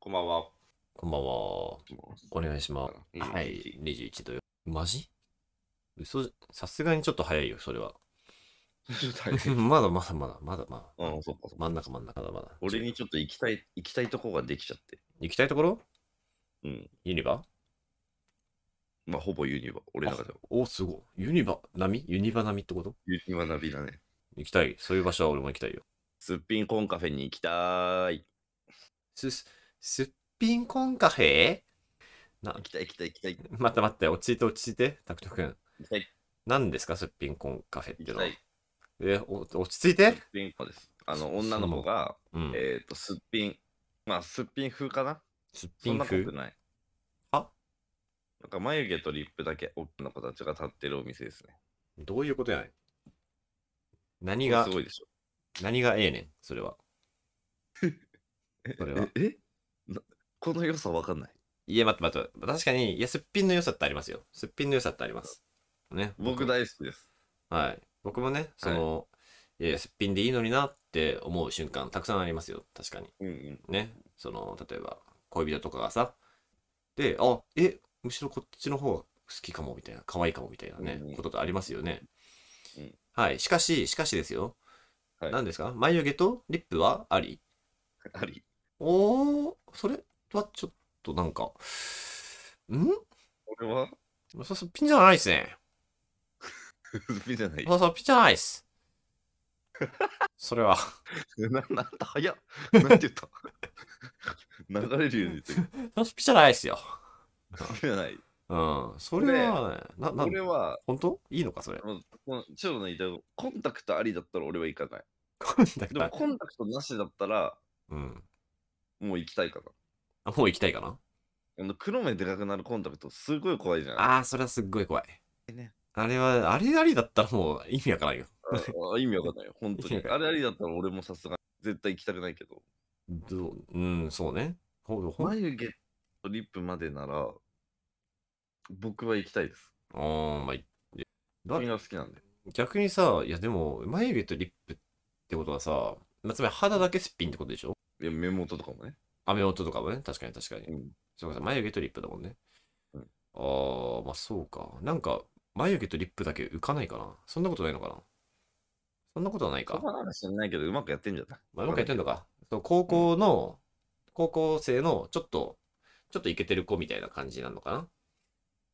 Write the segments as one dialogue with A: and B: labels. A: こんばんは。
B: こんばんは。お願いします。
A: は。
B: はいい、21度よ。マジ嘘じさすがにちょっと早いよ、それは。
A: ちょっと早い
B: まだまだまだ、まだまだ。
A: うん、そっかそっか。
B: 真ん中真ん中だまだ。
A: 俺にちょっと行きたい、行きたいとこができちゃって。
B: 行きたいところ
A: うん。
B: ユニバ
A: まあ、ほぼユニバ。俺の中では
B: お、すごい。ユニバ並みユニバ並みってこと
A: ユニバナビだね。
B: 行きたい。そういう場所は俺も行きたいよ。
A: すっぴんコンカフェに行きたーい。
B: す、すすっぴんコンカフェ
A: 行きたい行きたい行きたい。
B: 待って待って、落ち着いて落ち着いて、タクト君。
A: 行きたい
B: 何ですか、すっぴんコンカフェって
A: 行き
B: の
A: た。。
B: はいえ、お落ち着いて
A: すっぴん子です。あ
B: そ
A: の、女の子が、
B: うん。
A: えっ、と、すっぴん。まあ、すっぴん風かな
B: すっ
A: そ
B: ぴ
A: ん
B: ん
A: な
B: 風
A: ことない。
B: あ
A: なんか眉毛とリップだけ、女の子たちが立ってるお店ですね。
B: どういうことやねん。何が
A: す、ごいでしょ。
B: 何がええねん、それは。それは。
A: ええなこの良さわかんない。
B: いや、待って待って。確かに、いや、すっぴんの良さってありますよ。すっぴんの良さってあります。ね。
A: 僕大好きです。
B: はい。僕もね、その、い、やいや、すっぴんでいいのになって思う瞬間、たくさんありますよ。確かに。
A: うんうん。
B: ね。その、例えば、恋人とかがさ、で、あ、え、むしろこっちの方が好きかも、みたいな、可愛いかも、みたいなね、
A: うんうん
B: ことってありますよね。
A: うん
B: はい。しかし、しかしですよ。
A: はい
B: 何ですか眉毛とリップはあり
A: あり。
B: おー、それはちょっとなんか、ん
A: 俺は
B: そすっぴんじゃないっすね。
A: すっぴんじゃない。
B: そうそう、ピじゃないっ す。それは。
A: ななんだ、 早っ。なんて言った流れるように言 って
B: そうそう、ピじゃないっすよ。
A: る。すっぴんじゃない。
B: うん。それは、ね、な、な、
A: 俺は、
B: 本当いいのか、それ。
A: もうこのちょっとね、でもコンタクトありだったら俺は行かない。
B: コンタク
A: でも
B: ト。
A: コンタクトなしだったら、
B: うん。
A: もう行きたいかな。
B: あ、もう行きたいかな。
A: あの黒目でかくなるコンタクトすごい怖いじゃん。あ
B: あー、それはすっごい怖い。
A: ね
B: あれは、あれありだったらもう意味わからんよ。
A: あ意味わかんないよ、本当
B: 意
A: に。
B: 味わか
A: あ
B: んな
A: れあ
B: い
A: りだったら俺もさすがに絶対行きたくないけど。
B: どううん、そうね。ほうほう。
A: 眉毛とリップまでなら、僕は行きたいです。
B: あー、まあいだ
A: みんな好きなんで。
B: 逆にさ、いやでも、眉毛とリップってことはさ、まあ、つまり肌だけすっぴんってことでしょ
A: いや、目元とかもね。
B: 雨音とかもね、確かに確かに。
A: うん
B: そうか、眉毛とリップだもんね。
A: うん
B: ああ、まあそうか。なんか、眉毛とリップだけ浮かないかな。そんなことないのかな。そんなことはない
A: そ
B: か。
A: こはなんか知らないけど、うまくやってんじゃない
B: まあ、うまくやってんのか。そう高校の、高校生のちょっと、ちょっとイケてる子みたいな感じなのかな。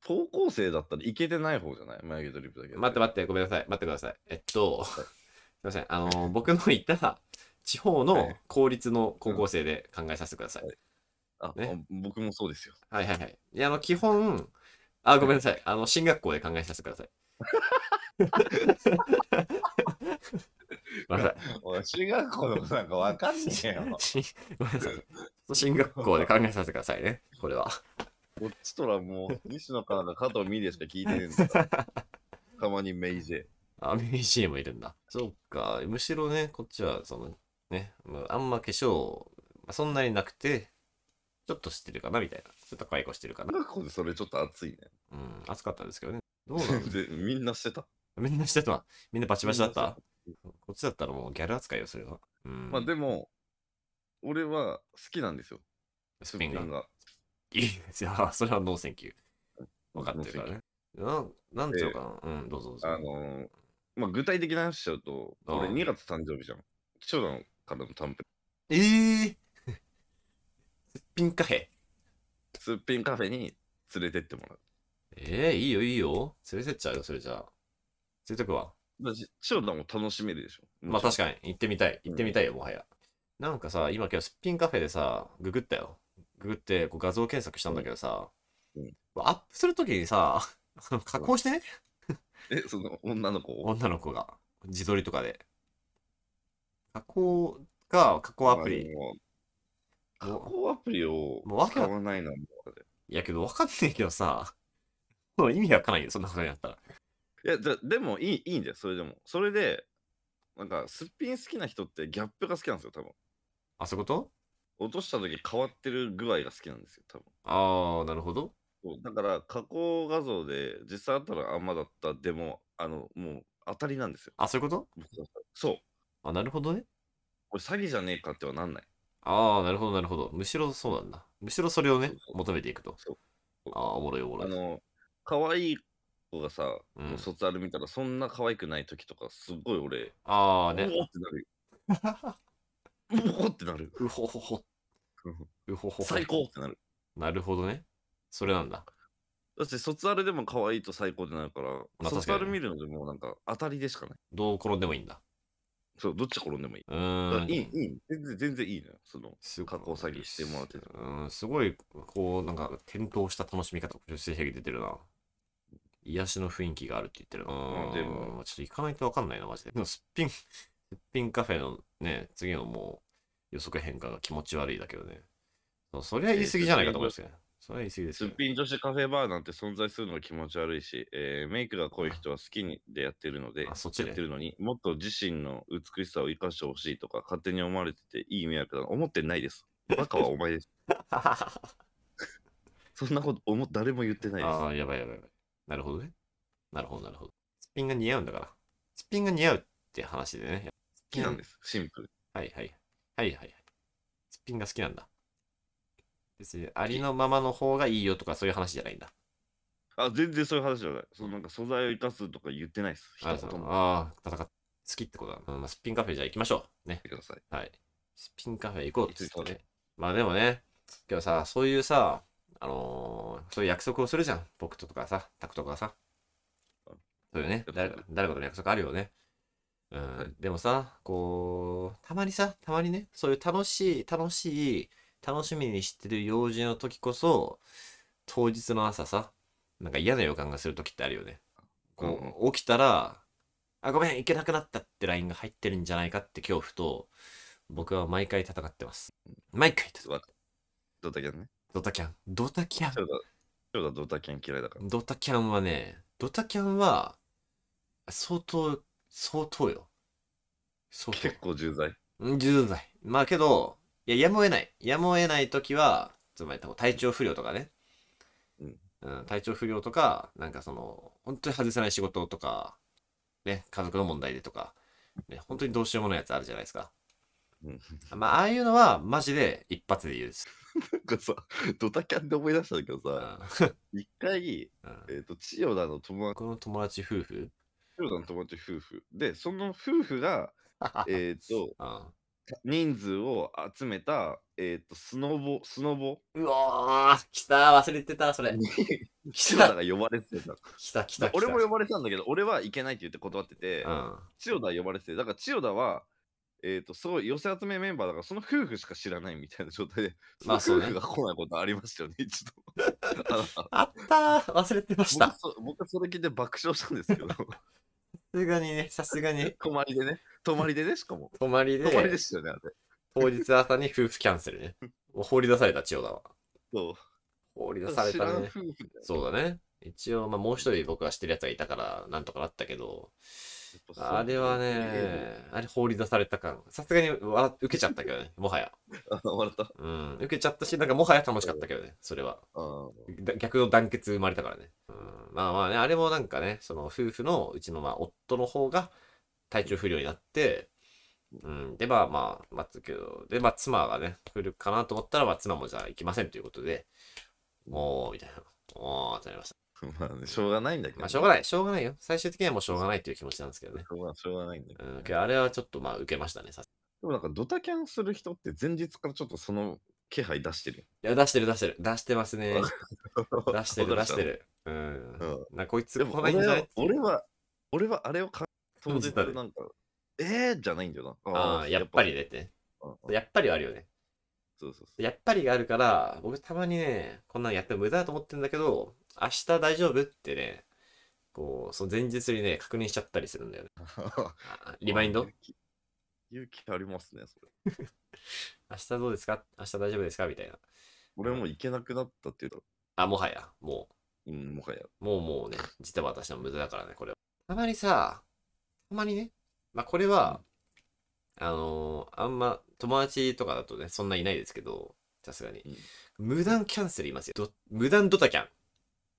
A: 高校生だったらいけてない方じゃない眉毛とリップだけ。
B: 待って待って、ごめんなさい。待ってください。えっと、 すいません。あのー、僕の行った地方
A: は
B: の
A: い
B: 公立の高校生で考えさせてください。
A: あ、
B: ね
A: あ僕もそうですよ。
B: はいはいはい。いや、あの、基本、あ、ごめんなさい。あの、進学校で考えさせてください。ごめんなさ
A: おい中学校のことなんかわかんねえよ
B: い。。しごめんなさい。進学校で考えさせてくださいね。これは。
A: こっちとらもう、西野カナダ、加藤美玲しか聞いてねえんだから。たまにメイジェ。
B: あ、BGM もいるんだ。そうか。むしろね、こっちは、その、ね、もうあんま化粧、まあそんなになくて、ちょっとしてるかなみたいな。ちょっと可愛い子してるかな
A: 中。学校でそれちょっと熱いね。
B: うん、暑かったですけどね。どうなの
A: でみんなしてた。
B: みんなしてたわみんなバチバチだった
A: み
B: こっちだったらもうギャル扱いよ、それは。うん。
A: まあでも、俺は好きなんですよ。
B: スピンが
A: ス。が。
B: いいですよ。それはノーセンキュー。分かってるからね。ななんていうのかな、うん、どうぞどうぞ。
A: あのーまあ具体的な話しちゃうと、
B: あー
A: 俺2月誕生日じゃん。貴重なのからの短編。
B: えぇ、 ー、すっぴんカフェ。
A: すっぴんカフェに連れてってもらう。
B: えー、いいよいいよ。連れてっちゃうよ、それじゃあ。連れてくわ。
A: 私、千代田も楽しめるでしょ。
B: まあ確
A: か
B: かに、行ってみたい。行ってみたいよ、もはや。なんかさ、今今日すっぴんカフェでさ、ググったよ。ググってこう画像検索したんだけどさ、
A: うん
B: アップするときにさ、加工してね、
A: に。え、その女の子を。
B: 女の子が。自撮りとかで。加工が、加工アプ
A: まあ
B: リ。
A: でも加
B: もう
A: 工アプリを
B: もうわけ
A: 使
B: わ
A: わないのはもうあれ
B: いやけど分かんないけどさ、 もう意味わかんないよ、そんなことになったら。
A: いや、じゃでもいい、いいんだよ、それでも。それで、なんか、すっぴん好きな人ってギャップが好きなんですよ、多分。
B: あ、そういうこと
A: 落とした時変わってる具合が好きなんですよ、多分。
B: ああ、なるほど。
A: そうだから、加工画像で、実際あったらあんまだった、でも、あの、もう当たりなんですよ。
B: あ、そういうこと
A: そう。
B: あ、なるほどね。
A: これ詐欺じゃねえかってはなんない。
B: ああ、なるほど、なるほど。むしろそうなんだ。むしろそれをね
A: そう、そう
B: 求めていくと
A: そう。
B: ああ、おもろいおもろ
A: あ
B: い。
A: の、可愛い子がさ、
B: うん
A: もう卒アル見たら、そんな可愛くない時とか、すごい俺、
B: ああ、
A: うお
B: ね。
A: ーってなる。う おーってなる。
B: うほほほ。うほほほ。
A: 最高ってなる。
B: なるほどね。それなんだ。
A: だって卒アルでも可愛いと最高になるから、
B: まあ確
A: 卒
B: か
A: ア
B: にね
A: ル見るのでもうなんか当たりでしかない。
B: どう転んでもいいんだ。
A: そう、どっち転んでもいい。
B: う
A: だから
B: ーん。
A: いい、いい、全然全然いいのよ。その、
B: す
A: 加工作業してもらってる
B: うん、すごい、こう、なんか、転倒した楽しみ方、女性兵器出てるな。癒しの雰囲気があるって言ってるな。
A: うんでも
B: うんちょっと行かないとわかんないな、マジで。でもすっぴん、すっぴんカフェのね、次のもう、予測変化が気持ち悪いだけどね。そうそれは言い過ぎじゃないかと思うんですけどね。それは言い過ぎです
A: す
B: よ
A: っ
B: ね。
A: ぴん女子カフェバーなんて存在するのが気持ち悪いし、えーメイクが濃い人は好きにでやってるので、
B: あそっちね
A: や ってるのにもっと自身の美しさを生かしてほしいとか、勝手に思われてていい迷惑だな。思ってないです。バカはお前です。
B: あ
A: そんなこと思誰も言ってないです。
B: あー、やばいやばいやばい。なるほどね。なるほど、なるほど。すっぴんが似合うんだから。すっぴんが似合うって話でね。
A: 好きなんです。シンプル。
B: はいはい。はいはいはい。すっぴんが好きなんだ。別にありのままの方がいいよとかそういう話じゃないんだ。
A: あ、全然そういう話じゃない。そのなんか素材を生かすとか言ってないです。一
B: あ
A: 言も言っ
B: あー、戦っ好きってことだな。うんまあ、すっぴんカフェじゃあ行きましょう。ね。
A: てください。
B: はい。すっぴんカフェ行こうっ
A: 行
B: つっ
A: き
B: て
A: ましょ
B: ね。まあでもね、今日さ、そういうさ、あのーそういう約束をするじゃん。僕とかさ、タクとかさ。そういうね、
A: 約束
B: 誰か誰かとの約束あるよね。うん、
A: はい
B: でもさ、こう、たまにさ、たまにね、そういう楽しい、楽しい、楽しみにしてる用事の時こそ、当日の朝さ、なんか嫌な予感がする時ってあるよね。こう、起きたら、あ、ごめん、行けなくなったって LINE が入ってるんじゃないかって恐怖と、僕は毎回戦ってます。毎回戦
A: わドタキャンね。
B: ドタキャン。ドタキャン
A: 翔。太翔太ドタキャン嫌いだ から。
B: ドタキャンはね、ドタキャンは、相当、相当よ。相
A: 結構重罪。
B: 当。うん重罪。まあけど、いや、やむを得ない。やむを得ない時は、つまり体調不良とかね。
A: うん
B: うん、体調不良とか、なんかその、本当に外せない仕事とか、ね、家族の問題でとか、ね、本当にどうしようもないやつあるじゃないですか。
A: うん
B: まあ、ああいうのは、マジで一発で言うです。
A: なんかさ、ドタキャンで思い出したんだけど
B: う
A: さ、
B: ん
A: 一回、
B: うん
A: えっ、と、千代田の友達、
B: 僕の友達夫婦
A: 千代田の友達夫婦。で、その夫婦が、えっ、と、
B: うん
A: 人数を集めた、えっ、と、スノボ、スノボ
B: うわー、来た、忘れてた、それ。
A: に、
B: 来
A: 千代田
B: た、
A: が呼ばれてた。
B: 来た、来た。
A: 俺も
B: 呼
A: 呼ばれたんだけど、俺は行けないって言って断ってて、
B: うん。
A: 千代田は呼ばれてて、だから千代田は、えっ、と、すごい寄せ集めメンバーだから、その夫婦しか知らないみたいな状態で、
B: まあ
A: その
B: そ
A: 夫
B: う
A: 婦
B: ね
A: が来ないことありましたよね、 一度。あの
B: あったー、忘れてまし
A: 僕
B: た。さ
A: そ僕はそれ聞いて爆笑したんですけ ど、
B: すがにね、さすがに、
A: 泊まりでね、泊まりでね、しかも。
B: 泊まり
A: 泊まりで
B: で、
A: したよね、あれ。
B: 当日朝に夫婦キャンセルね。もう放り出された、千代田は。
A: そ
B: 放り
A: う。
B: 出され
A: 知ら
B: た
A: ん
B: ね
A: 夫。婦だよ
B: そうだね。一応、まあ、もう一人僕が知ってるやつがいたから、なんとかなったけど、
A: やっぱそう
B: あれは
A: え
B: ね、あれ放り出された感。さすがに笑っ受けちゃったけどね、もはや。
A: えあ笑った。
B: うん、受けちゃったし、なんかもはや楽しかったけどね、それは。
A: あ
B: だ逆の団結生まれたからね。うん、まあまあね、あれもなんかね、その夫婦のうちのまあ夫の方が体調不良になって、うん、でまあまあ待つけど、でまあ妻がね、来るかなと思ったら、まあ妻もじゃあ行きませんということで、もう、みたいな。おーってなりました。
A: まあね、しょうがないんだけど、
B: まあしょうがない、しょうがないよ。最終的にはもうしょうがないっていう気持ちなんですけどね。
A: まあしょうがないんだけど。
B: うん、けどあれはちょっとまあ受けましたね、さ
A: でもなんかドタキャンする人って前日からちょっとその気配出してるよ。
B: いや、出してる出してる。出してます ね。 出してる
A: わか
B: 出
A: る
B: して。る。うん
A: う。ん
B: なこい つ
A: でも
B: 来ないんじ
A: 俺
B: ゃな、
A: はい俺は、俺はあれを か当
B: 信
A: 日
B: じたね
A: なんか、えーじゃないんだよな。
B: ああ、やっぱり
A: ね。
B: 出て。
A: うんうん
B: やっぱりはあるよね。
A: そうそうそう。
B: やっぱりがあるから、僕たまにね、こんなんやっても無駄だと思ってんだけど、明日大丈夫ってね、こう、その前日にね、確認しちゃったりするんだよね。あリバインド
A: 勇気勇気ありますね、それ。
B: 明日どうですか明日大丈夫ですかみたいな。
A: 俺はもう行けなくなったっていうと、
B: あ、もはや、も
A: うん、もはや。
B: う、もうもうね、実は私の無駄だからね、これは。たまにさ、たまにね、まあこれは、あのーあんま友達とかだとね、そんないないですけど、さすがに。無断キャンセルいますよ。ど無断ドタキャン。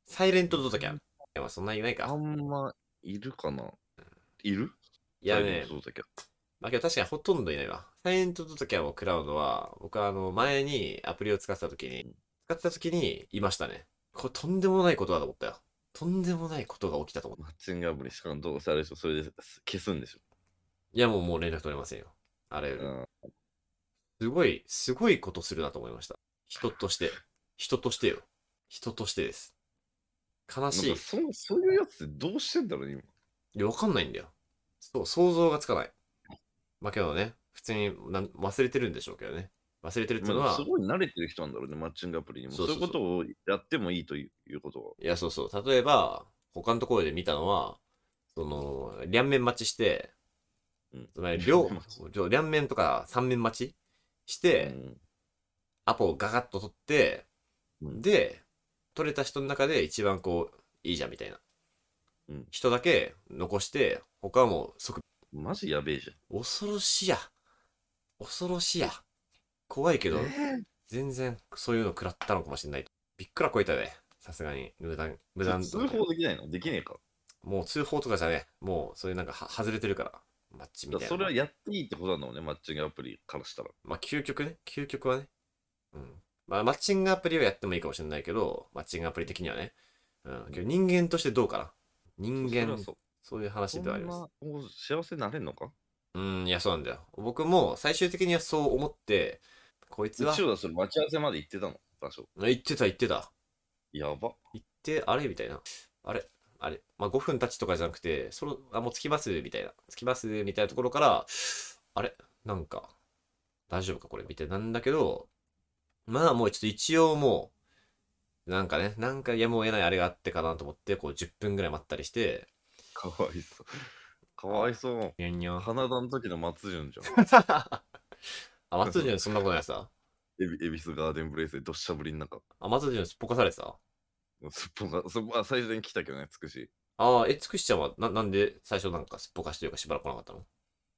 B: サイレントドタキャン。いや、まあそんないないか
A: あ。んまいるかないる
B: いや
A: 大丈
B: ね
A: 夫、そうだけど
B: まあけど確かにほとんどいないわ。サイエントと時はもうクラウドは、僕はあの前にアプリを使ってた時に、使ってた時にいましたね。これとんでもないことだと思ったよ。とんでもないことが起きたと思った。
A: マッチングアプリしかもどうせあれでしょ、それです消すんでしょ。
B: いやもうもう連絡取れませんよ。あらゆ
A: う
B: る。
A: ん、
B: すごい、すごいことするなと思いました。人として。人としてよ。人としてです。悲しい。
A: ないんかそそういうやつってどうしてんだろうね、今。
B: や、わかんないんだよ。そう、想像がつかない。まあけどね、普通になん忘れてるんでしょうけどね。忘れてるっていうの
A: まあ、
B: は
A: す、ごい慣れてる人なんだろうね、マッチングアプリにも。そ
B: そううそうそう
A: いうことをやってもいいといういうことを。
B: いや、そうそう。例えば、他のところで見たのは、その、両面待ちして、
A: うん
B: つまり
A: 両
B: 両
A: 面待、
B: 両両面とか三面待ちして、
A: うん
B: アポをガガッと取って、
A: うん
B: で、取れた人の中で一番こう、いいじゃんみたいな。
A: うん
B: 人だけ残して、他はもう即、
A: マジやべえじ
B: 恐ろしや。恐ろしや。怖いけ
A: ゃん。
B: ど、
A: え
B: 全然そういうの食らったのかもしれない。びっくら超えたね。さすがに、無断、無
A: ー
B: 断
A: 通報できないのできねえか。
B: もう通報とかじゃねえ。もう、そういうなんかは、外れてるから。マッチみ
A: だ
B: たい
A: から
B: な。
A: それはやっていいってことなんだもんね、マッチングアプリからしたら。
B: まあ、究極ね。究極はね。うん。まあ、マッチングアプリはやってもいいかもしれないけど、マッチングアプリ的にはね。うん。けど人間としてどうかな。
A: それ
B: 人間
A: は、そう
B: そういう話ではあります。
A: そんなお幸せになれんのか
B: うん、いや、そうなんだよ。僕も最終的にはそう思って、こいつ
A: 一
B: は、
A: 応だ、それ待ち合わせまで行ってたの、場所。
B: 言ってた言ってた。
A: やば。
B: 行って、あれみたいな。あれあれまあ、5分経ちとかじゃなくて、そろあ、もう着きますみたいな。着きますみたいなところから、あれなんか、大丈夫かこれみたいなんだけど、まあもうちょっと一応もう、なんかね、なんかやむを得ないあれがあってかなと思って、こう10分ぐらい待ったりして、
A: かわいそう。 かわいそう。
B: にゃんに ゃん。
A: 花田の時の松潤じゃん。
B: あ、松潤そんなことないさ。
A: エビエビスガーデンブレイスでどっしゃぶりの中。
B: あ、松潤すっぽかされてた。
A: すっぽんが、そあ最初に来たけどね、つくし。
B: ああ、え、つくしちゃんはな、なんで最初なんかすっぽかしというかしばらく来なかったの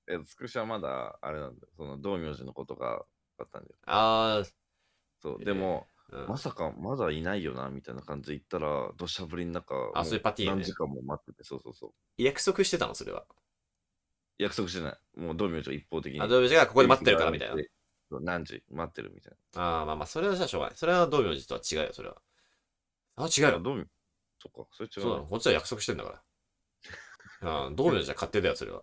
A: え、つくしはまだ、あれなんだよ。その、道明寺のことがあったんだよ。
B: あ
A: そう、
B: えー
A: でも、
B: あ、うん
A: ま。さかまだいないよなみたいな感じで行ったら、土砂降りの中、
B: あ
A: も
B: そういうパティーンね
A: 何時間も待ってて、そうそうそう。
B: 約束してたのそれは。
A: 約束してない。もう道明寺一方的に。
B: あ、道明寺がここで待ってるからみたいな。
A: そう。何時待ってるみたい
B: ああ、まあまあ、それはじゃあしょうがない。それは道明寺とは違うよ、それは。あ、違う
A: な。あ、
B: よ。
A: 道明そっか、それ違う
B: そうだ
A: な
B: ろ、こっちは約束してんだ から。うん、道明寺は勝手だよ、それは。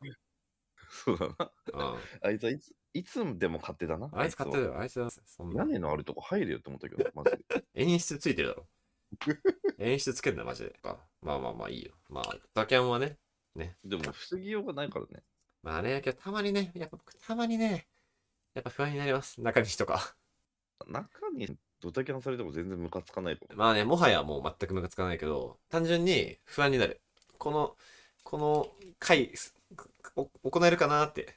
A: そうだな。
B: う
A: あいつはいつ、いつでも勝手だな。
B: ん。あいつ勝手だ
A: は。
B: よ、あいつは。そんな
A: 屋。根のあるとこ入れよって思ったけど、マジで。
B: 演出ついてるだ ろ。演出つけんな、マジで。あまあまあまあ、いいよ。まあ、ザキャンはね。
A: でも、防ぎようがないからね。
B: まあね、けどたまにね、やっぱ僕、たまにね、やっぱ不安になります。中西とか。
A: 中にドタキャンされても全然ムカつかないと思う。
B: まあね、もはやもう全くムカつかないけど、単純に不安になる。この、この回、すお行えるかなって。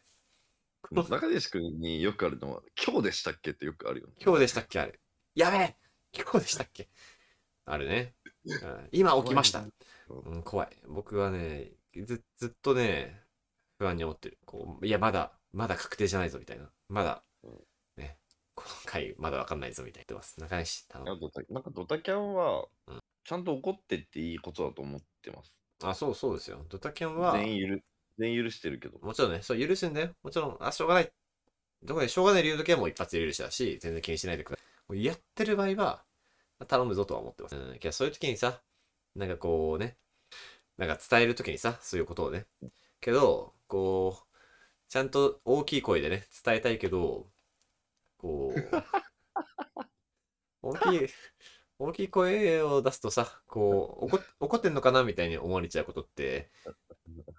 B: この
A: 中西君によくあるのは、今日でしたっけってよくあるよね。
B: 今日でしたっけあれ。やべえ今日でしたっけあれね。うん今起きました。うん、怖い。僕はねず、ずっとね、不安に思ってる。こういや、まだ、まだ確定じゃないぞみたいな。まだ
A: うん、
B: ね、この回、まだわかんないぞみたいな言ってます。中西、頼
A: な
B: む
A: ん。かドタなんかドタキャンは
B: うん、
A: ちゃんと怒ってっていいことだと思ってます。
B: あ、そうそうですよ。ドタキャンは、
A: 全員許全員許してるけど。
B: もちろんね、そう許すんだよ。もちろん、あ、しょうがない。どこでしょうがない理由の時はもう一発で許しだし、全然気にしないでください。もうやってる場合は、頼むぞとは思ってます。うん、けどそういう時にさ、なんかこうね、なんか伝える時にさ、そういうことをね。けど、こう、ちゃんと大きい声でね、伝えたいけど、こう、大きい、大きい声を出すとさ、こう、怒っ怒ってんのかなみたいに思われちゃうことって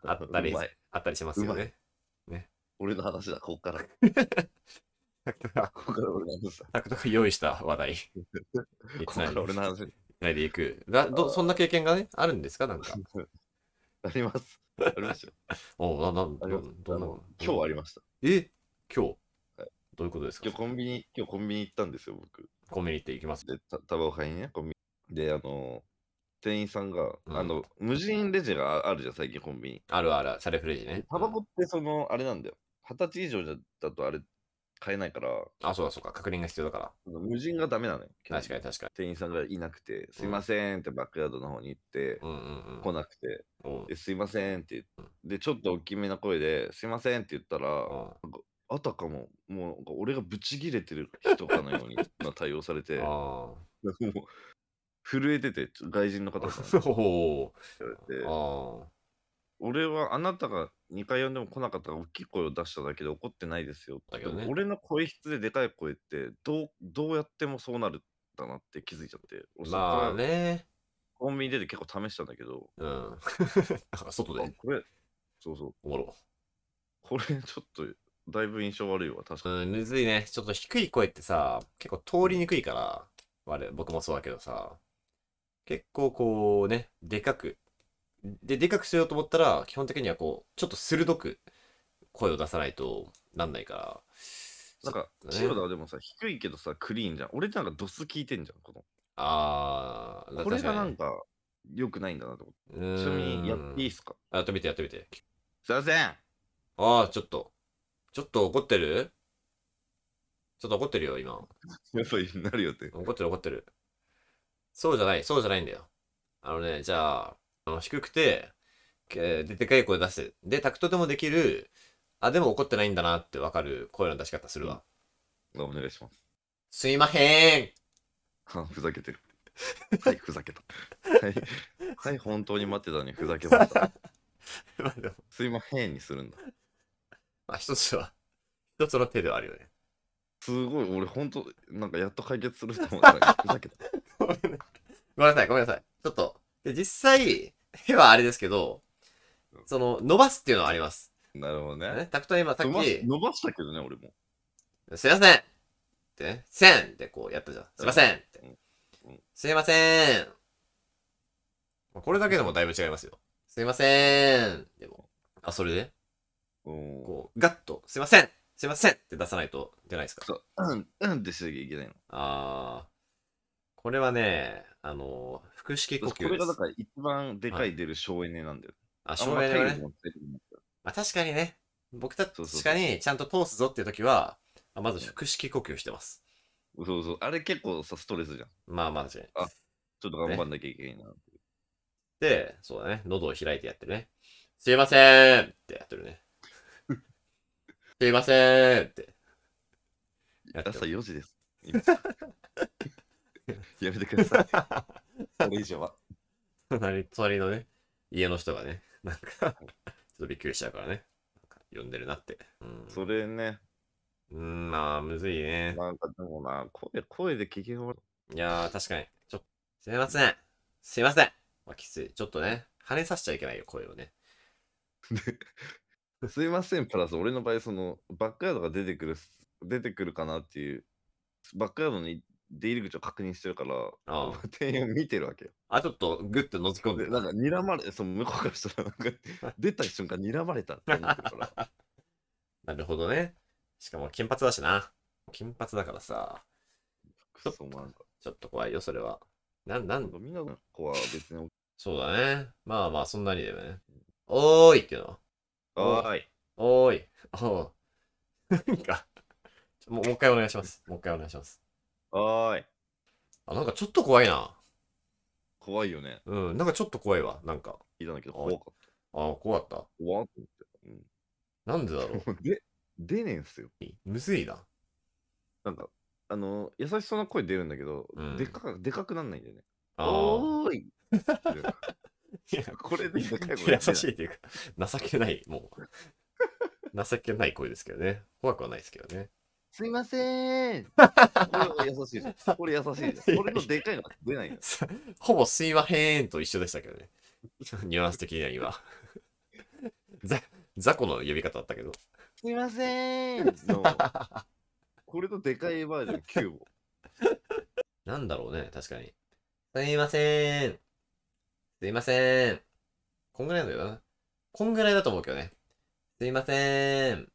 B: あったり
A: うまい
B: あったりしますよ
A: うま
B: ね。
A: 俺の話だ、ここから。こ
B: タクトが、
A: こから俺の話だ。
B: タクトが用意した話 題。
A: ここ
B: つ
A: か
B: な
A: ら
B: いで、
A: 俺の話に
B: つないでいく。だどそんな経験がね、あるんですか なんか。
A: なります。ありましたよ。
B: おうな、な、
A: あり
B: ど
A: まし、た
B: ど
A: あ
B: んな
A: の。今日ありました。
B: え今日
A: は
B: どういうことですか
A: 今日コンビニ、今日コンビニ行ったんですよ、僕。
B: コンビニ行って行きます。
A: で、たタバコ買いにね、コンビニ。で、あの、店員さんが、
B: うん
A: あの、無人レジがああるじゃん、最近コンビニ。
B: あるある、シャレフレージね。
A: タバコってその、あれなんだよ。二十歳以上だとあれ、買えないから、
B: あ、そうだそうか。確認が必要だから。
A: 無人がダメなのよ。
B: 確かに確か
A: 店員さんがいなくて、すいませんってバックヤードの方に行って、
B: に。うんうん
A: 来なくて、
B: うん。うん
A: で、すいませんって
B: う
A: 言
B: ん
A: っで、ちょっと大きめな声で、すいませんって言ったら、
B: うん
A: あたかも、もうなんか俺がブチギレてる人かのようにな対応されて、も
B: あ
A: う震えてて、ちょ外人の方
B: あ。
A: からね
B: そうほ
A: 言われ
B: う。
A: て、
B: ああ。
A: 俺はあなたが2回呼んでも来なかったから大きい声を出しただけで怒ってないですよ。
B: だけどね
A: でも俺の声質ででかい声ってどう、どうやってもそうなるんだなって気づいちゃって、俺そっ
B: まあ
A: から
B: ね。
A: コンビニ出て結構試したんだけど、
B: うん。 だから外
A: あ
B: で。
A: これ、そうそう、
B: おもろ。
A: これちょっとだいぶ印象悪いわ、確かに。
B: うん、むずいね。ちょっと低い声ってさ、結構通りにくいから、我、僕もそうだけどさ、結構こうね、でかく。で、でかくしようと思ったら、基本的にはこう、ちょっと鋭く声を出さないとなんないか
A: な
B: ら。
A: んか、
B: ちょっとね
A: 千代田はでもさ、低いけどさ、クリーンじゃん。俺なんかドス聞いてんじゃん、この。
B: あー、
A: これ
B: 確か
A: がなん
B: に
A: か、良くないんだなと思って。
B: うーん
A: ちなみに、やっていいっすか
B: やってみて、やってみて。
A: すいません
B: ああ、ちょっと。ちょっと怒ってるちょっと怒ってるよ、今。
A: やっぱりなるよって。
B: 怒ってる怒ってる。そうじゃない、そうじゃないんだよ。あのね、じゃあ、あの低くて、けででかい声出して、で、タクトでもできる、あ、でも怒ってないんだなってわかる声の出し方するわ。
A: うんお願いします
B: すいまへん。
A: あ ふざけてる。はい、ふざけた。はい、はい、本当に待ってたのにふざけました。
B: まあでも、
A: すいまへんにするんだ。
B: まあ一つは、一つの手ではあるよね。
A: すごい、俺本当、なんかやっと解決すると思ったら、ふざけた。
B: ごめんなごめんなさい、ごめんなさい。ちょっと、で実際、手はあれですけど、その、伸ばすっていうのはあります。
A: なるほどね。
B: ね、タクトは今さっ
A: 伸ばし
B: き、
A: 伸ばしたけどね、俺も。
B: すいませんってね、せんってこうやったじゃん。すいませんって
A: うんうん。
B: すいませんこれだけでもだいぶ違いますよ。すいませんでも、あ、それで
A: うん
B: こう、ガッと、すいませんすいませんって出さないと出ないですか。
A: そう、うん、うんってしなきゃいけないの。
B: あー。これはね、あのー、腹式呼
A: こ
B: 吸
A: れ
B: で
A: がだ
B: す。
A: から一番でかい出る省エネなんだよ。
B: あ、
A: あん
B: 照
A: ま
B: 明の
A: 体力
B: ね。
A: 持ってるの
B: まあ確かにね、僕た
A: そうそう
B: ちかにちゃんと通すぞっていう時は、あまず腹式呼吸してます。
A: そうそう。あれ結構さ、ストレスじゃん。
B: まあまあ確かに。
A: ちょっと頑張んなきゃいけないな。
B: で、そうだね、喉を開いてやってるね。すいませんってやってる ね。すいませんって。やって
A: 朝
B: る
A: 4時です。今 やめてください。 これ以上は。
B: 隣隣のね、家の人がね、なん か、ちょっとびっくりしちゃうからね。なんか呼んでるなって。うん、
A: それね、
B: うん、まあ、むずいね。
A: なんかでもな、声声で機嫌悪
B: いやー、確かに。ちょ、すいません。すいません。まあ、きつい。ちょっとね、跳ねさせちゃいけないよ、声をね。
A: い。 すいません、プラス俺の場合、そのバックヤードが出てくる、出てくるかなっていう、バックヤードに出入り口を確認してるから、
B: あー
A: 店員を見てるわけよ。
B: あ、ちょっとグッと覗き込んで
A: で、
B: る。
A: なんか睨まれ、その向こうからしたら、なんか出た瞬間睨まれたって思ってるから。
B: なるほどね。しかも金髪だしな。金髪だからさ。
A: くそ、なんか。
B: ちょっと怖いよ、それは。なん、な
A: なん
B: ん
A: か、みんなの子は別に、
B: そうだね。まあまあ、そんなにだよね。おーいっていうの。
A: おーい。
B: おーい。おー。なんか、ちょもうもう一回お願いします。もう一回お願いします。
A: おーい。
B: あ、なんかちょっと怖いな。
A: 怖いよね。
B: うん、なんかちょっと怖いわ。なんか。
A: 聞いたんだけど、
B: お
A: 怖
B: い
A: かった。
B: あ、怖かった。
A: 怖っと思って。うん
B: なんでだろ
A: もう で、出ねえんすよ。
B: う。むずいな。
A: なんか、あの、優しそうな声出るんだけど、
B: うん
A: でかくでかくなんないんだよね。
B: あー
A: おー い
B: いや
A: これででかい声
B: 優しいっていうか、情けない、もう。情けない声ですけどね。怖くはないですけどね。
A: すいませーんこれは優しいじゃん。これ優しい じゃん。これのでかいのが出ないのよ。
B: さ ほぼすいまへーんと一緒でしたけどね。 ニュアンス的には 今。ザ、ザコの呼び方だったけど。
A: すいま せーんの、これのでかいバージョン9を。
B: なんだろうね、確かに。すいませーん。すいませーん。こんぐらいなんだよな。こんぐらいだと思うけどね。すいませーん。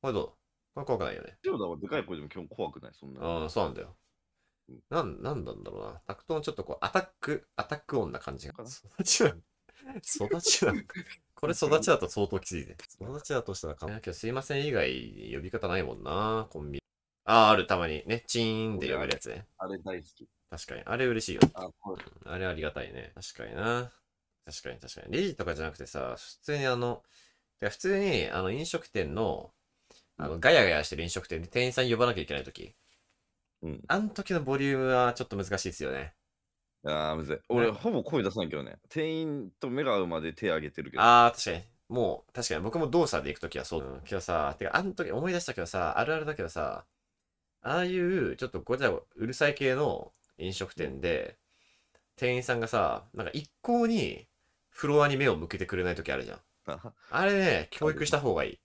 B: これどうこれ怖くないよね。
A: ジョーダンはでかい声でも基本怖くない、そんな。
B: うん、そうなんだよ。なん、なんなんだろうな。タクトンちょっとこう、アタック、アタック音な感じが
A: か。な
B: 育ちなの。育ちなの。これ育ちだと相当きついね。育ちだとしたらかな。今日すいません以外呼び方ないもんな、コンビニ。ああ、ある、たまに。ね、チーンで呼べるやつね。
A: あれ大好き。
B: 確かに。あれ嬉しいよ。
A: あ、これ
B: あれありがたいね。確かにな。確かに確かに。レジとかじゃなくてさ、普通にあの、てか普通にあの飲食店の、あの、ガヤガヤしてる飲食店で店員さん呼ばなきゃいけないとき。
A: うん。
B: あの時のボリュームはちょっと難しいですよね。
A: ああ、むずい。俺、
B: ね
A: ほぼ声出さないけどね。店員と目が合うまで手あげてるけど。
B: ああ、確かに。もう、確かに僕も動作で行くときはそう。うん、けどさ、てか、あの時思い出したけどさ、あるあるだけどさ、ああいう、ちょっとごちゃごうるさい系の飲食店で、店員さんがさ、なんか一向にフロアに目を向けてくれないときあるじゃん。
A: あ
B: あれね、教育した方がいい。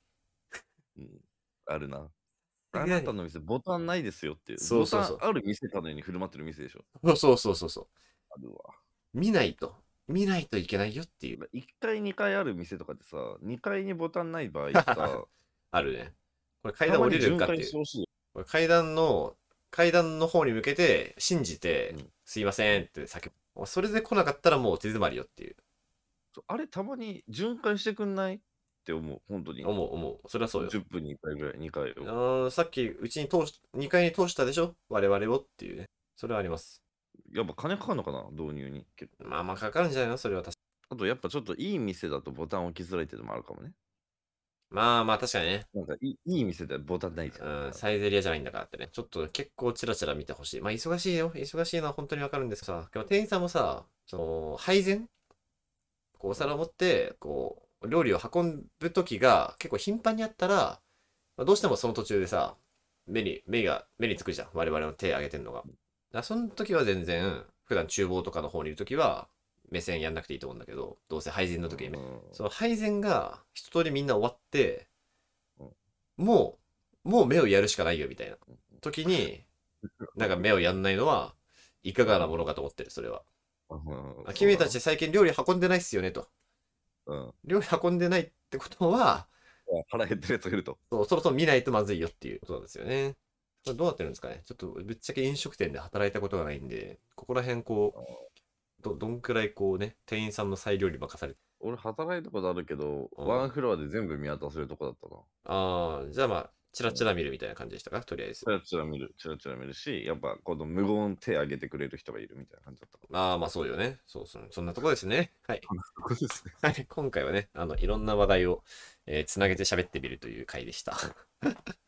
A: うんあるな。
B: さ
A: あ
B: すがに
A: なたの店、ボタンないですよっていう。
B: そうそうそう
A: ボタンある店なのに振る舞ってる店でしょ。
B: そうそうそうそうそ
A: あるわ。
B: う。見ないと。見ないといけないよっていう。
A: 1階、2階ある店とかでさ、2階にボタンない場合 さ、
B: あるね。これ階段降りれるかって
A: たまに巡回
B: い
A: し
B: う
A: て。ほしいよ
B: これ階段の、階段の方に向けて、信じて、
A: うん
B: すいませんって叫ぶ。それで来なかったらもう手詰まりよっていう。
A: そうあれ、たまに巡回してくんないって思う、本当に。
B: 思う思う。それはそうよ。
A: 10分に1回ぐらい、2回
B: あ
A: を。
B: ーさっき、うちに通し、2階に通したでしょ我々をっていうね。それはあります。
A: やっぱ金かかるのかな、導入に。結構
B: まあまあかかるんじゃないのそれは確か
A: あと、やっぱちょっといい店だとボタン置きづらいっていうのもあるかもね。
B: まあまあ確かにね。
A: なんかいいいい店でボタンないじゃん。
B: うん、サイゼリアじゃないんだからってね。ちょっと結構チラチラ見てほしい。まあ忙しいよ。忙しいのは本当にわかるんですけどさ。でも店員さんもさ、その、配膳こうお皿を持って、こう、料理を運ぶ時が結構頻繁にあったら、まあ、どうしてもその途中でさ、目に、目が、目につくじゃん。我々の手挙げてんのが。だからその時は全然、普段厨房とかの方にいる時は、目線やんなくていいと思うんだけど、どうせ配膳の時に目
A: うん
B: その配膳が一通りみんな終わって
A: うん、
B: もう、もう目をやるしかないよみたいな時 に、なんか目をやんないのは、いかがなものかと思ってる、それは。
A: うん
B: あ君た、ち最近料理運んでないっすよねと。
A: そうだなうん、
B: 料理運んでないってことは、
A: 腹減ってるやつがいると。
B: そうそろそろ見ないとまずいよっていうことなんですよね。これどうなってるんですかねちょっとぶっちゃけ飲食店で働いたことがないんで、ここら辺こう、どどんくらいこうね、店員さんの裁量に任されて。
A: 俺、働いたことあるけど、
B: うん
A: ワンフロアで全部見渡せるとこだったな。
B: ああ、じゃあまあ、チラチラ見るみたいな感じでしたかとりあえず
A: チ。ラチラ見る、チラチラ見るし、やっぱこの無言手挙げてくれる人がいるみたいな感じだったか
B: ああ、まあそうよね。そうそう。そんなとこですね。はい。
A: ら。そこですね。
B: はい。今回はね、あの、いろんな話題を、えーつなげて喋ってみるという回 でした。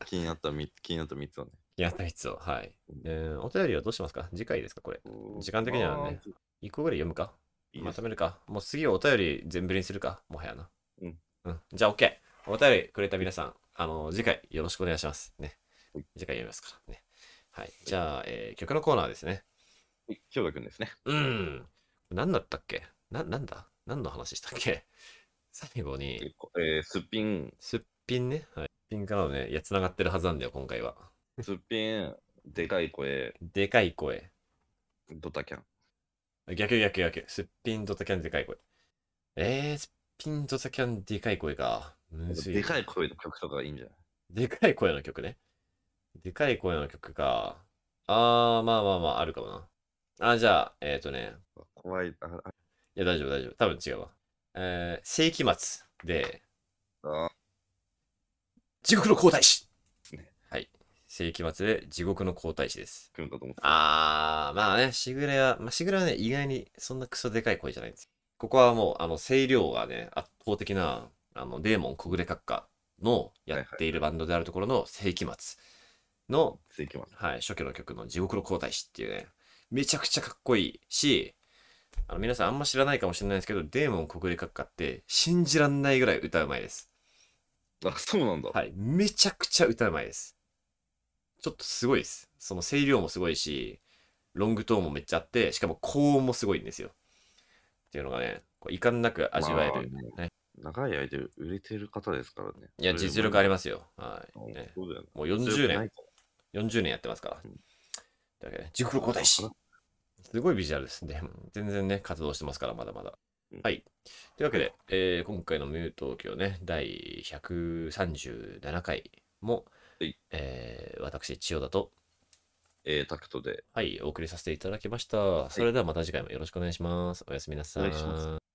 A: 気になった3つ、気になった三つはね。
B: やった必要。はい。えーお便りはどうしますか次回ですかこれ。時間的にはね
A: まあ。
B: 一個ぐらい読むか
A: いいで
B: ますとめるかもう次はお便り全振りにするかもはやな。
A: うん。
B: うん。じゃあ OK。お便りくれた皆さん、あの、次回よろしくお願いします。ね
A: はい。
B: 次回読みますからね。はい。じゃあ、えー曲のコーナーですね。
A: はい京太くんですね。
B: うん。何だったっけな、なんだ何の話したっけ 最後に、
A: えー、すっぴん、
B: すっぴんね。はい。すっぴんからのね、いや、つながってるはずなんだよ、今回は。
A: すっぴん、でかい声、
B: でかい声。
A: ドタキャン。
B: 逆逆逆。すっぴんドタキャンでかい声。えー、すっぴんドタキャンでかい声か。むずい。
A: でか
B: い。
A: い声の曲とかがいいんじゃない
B: でかい声の曲ね。でかい声の曲か。あー、まあまあまあ、あるかもな。あー、じゃあ、えっ、ー、とね。
A: 怖い。ああ
B: いや、大丈夫大丈夫。多分違うわ。えー、世紀末で、
A: あ
B: 地獄の皇太子
A: すね
B: はい。世紀末で地獄の皇太子です。
A: 来るんだと思ってた。
B: あー、まあね、しぐれは、まあ、しぐれはね、意外にそんなクソでかい声じゃないんですよ。ここはもう、あの、声量がね、圧倒的な、あの、デーモン小暮閣下のやっているバンドであるところの世紀末の、
A: ついきます。
B: はい、初期の曲の地獄の皇太子っていうね、めちゃくちゃかっこいいし、あの皆さんあんま知らないかもしれないですけど、デーモン小暮閣下って信じらんないぐらい歌うまいです。
A: あ、そうなんだ。
B: はい。めちゃくちゃ歌うまいです。ちょっとすごいです。その声量もすごいし、ロングトーンもめっちゃあって、しかも高音もすごいんですよ。っていうのがね、こう遺憾なく味わえる。
A: まあ
B: ね
A: 長い間売れてる方ですからね。
B: いや、実力あり
A: ま
B: ますよ。はい。ね、
A: そうだよね。
B: もう40
A: 強くない
B: 年、
A: から
B: 40年やってますから。
A: うん
B: だけどね、ジクロ皇太子
A: あ
B: すごいビジュアルですね。全然ね、活動してますから、まだまだ
A: うん。
B: はい。というわけで、えー今回のミュー東京ね、第137回も、
A: はい
B: えー私、千代田と、
A: えー、タクトで
B: はい、お送りさせていただきました。それではまた次回もよろしくお願いします。おやすみなさい。
A: お願いします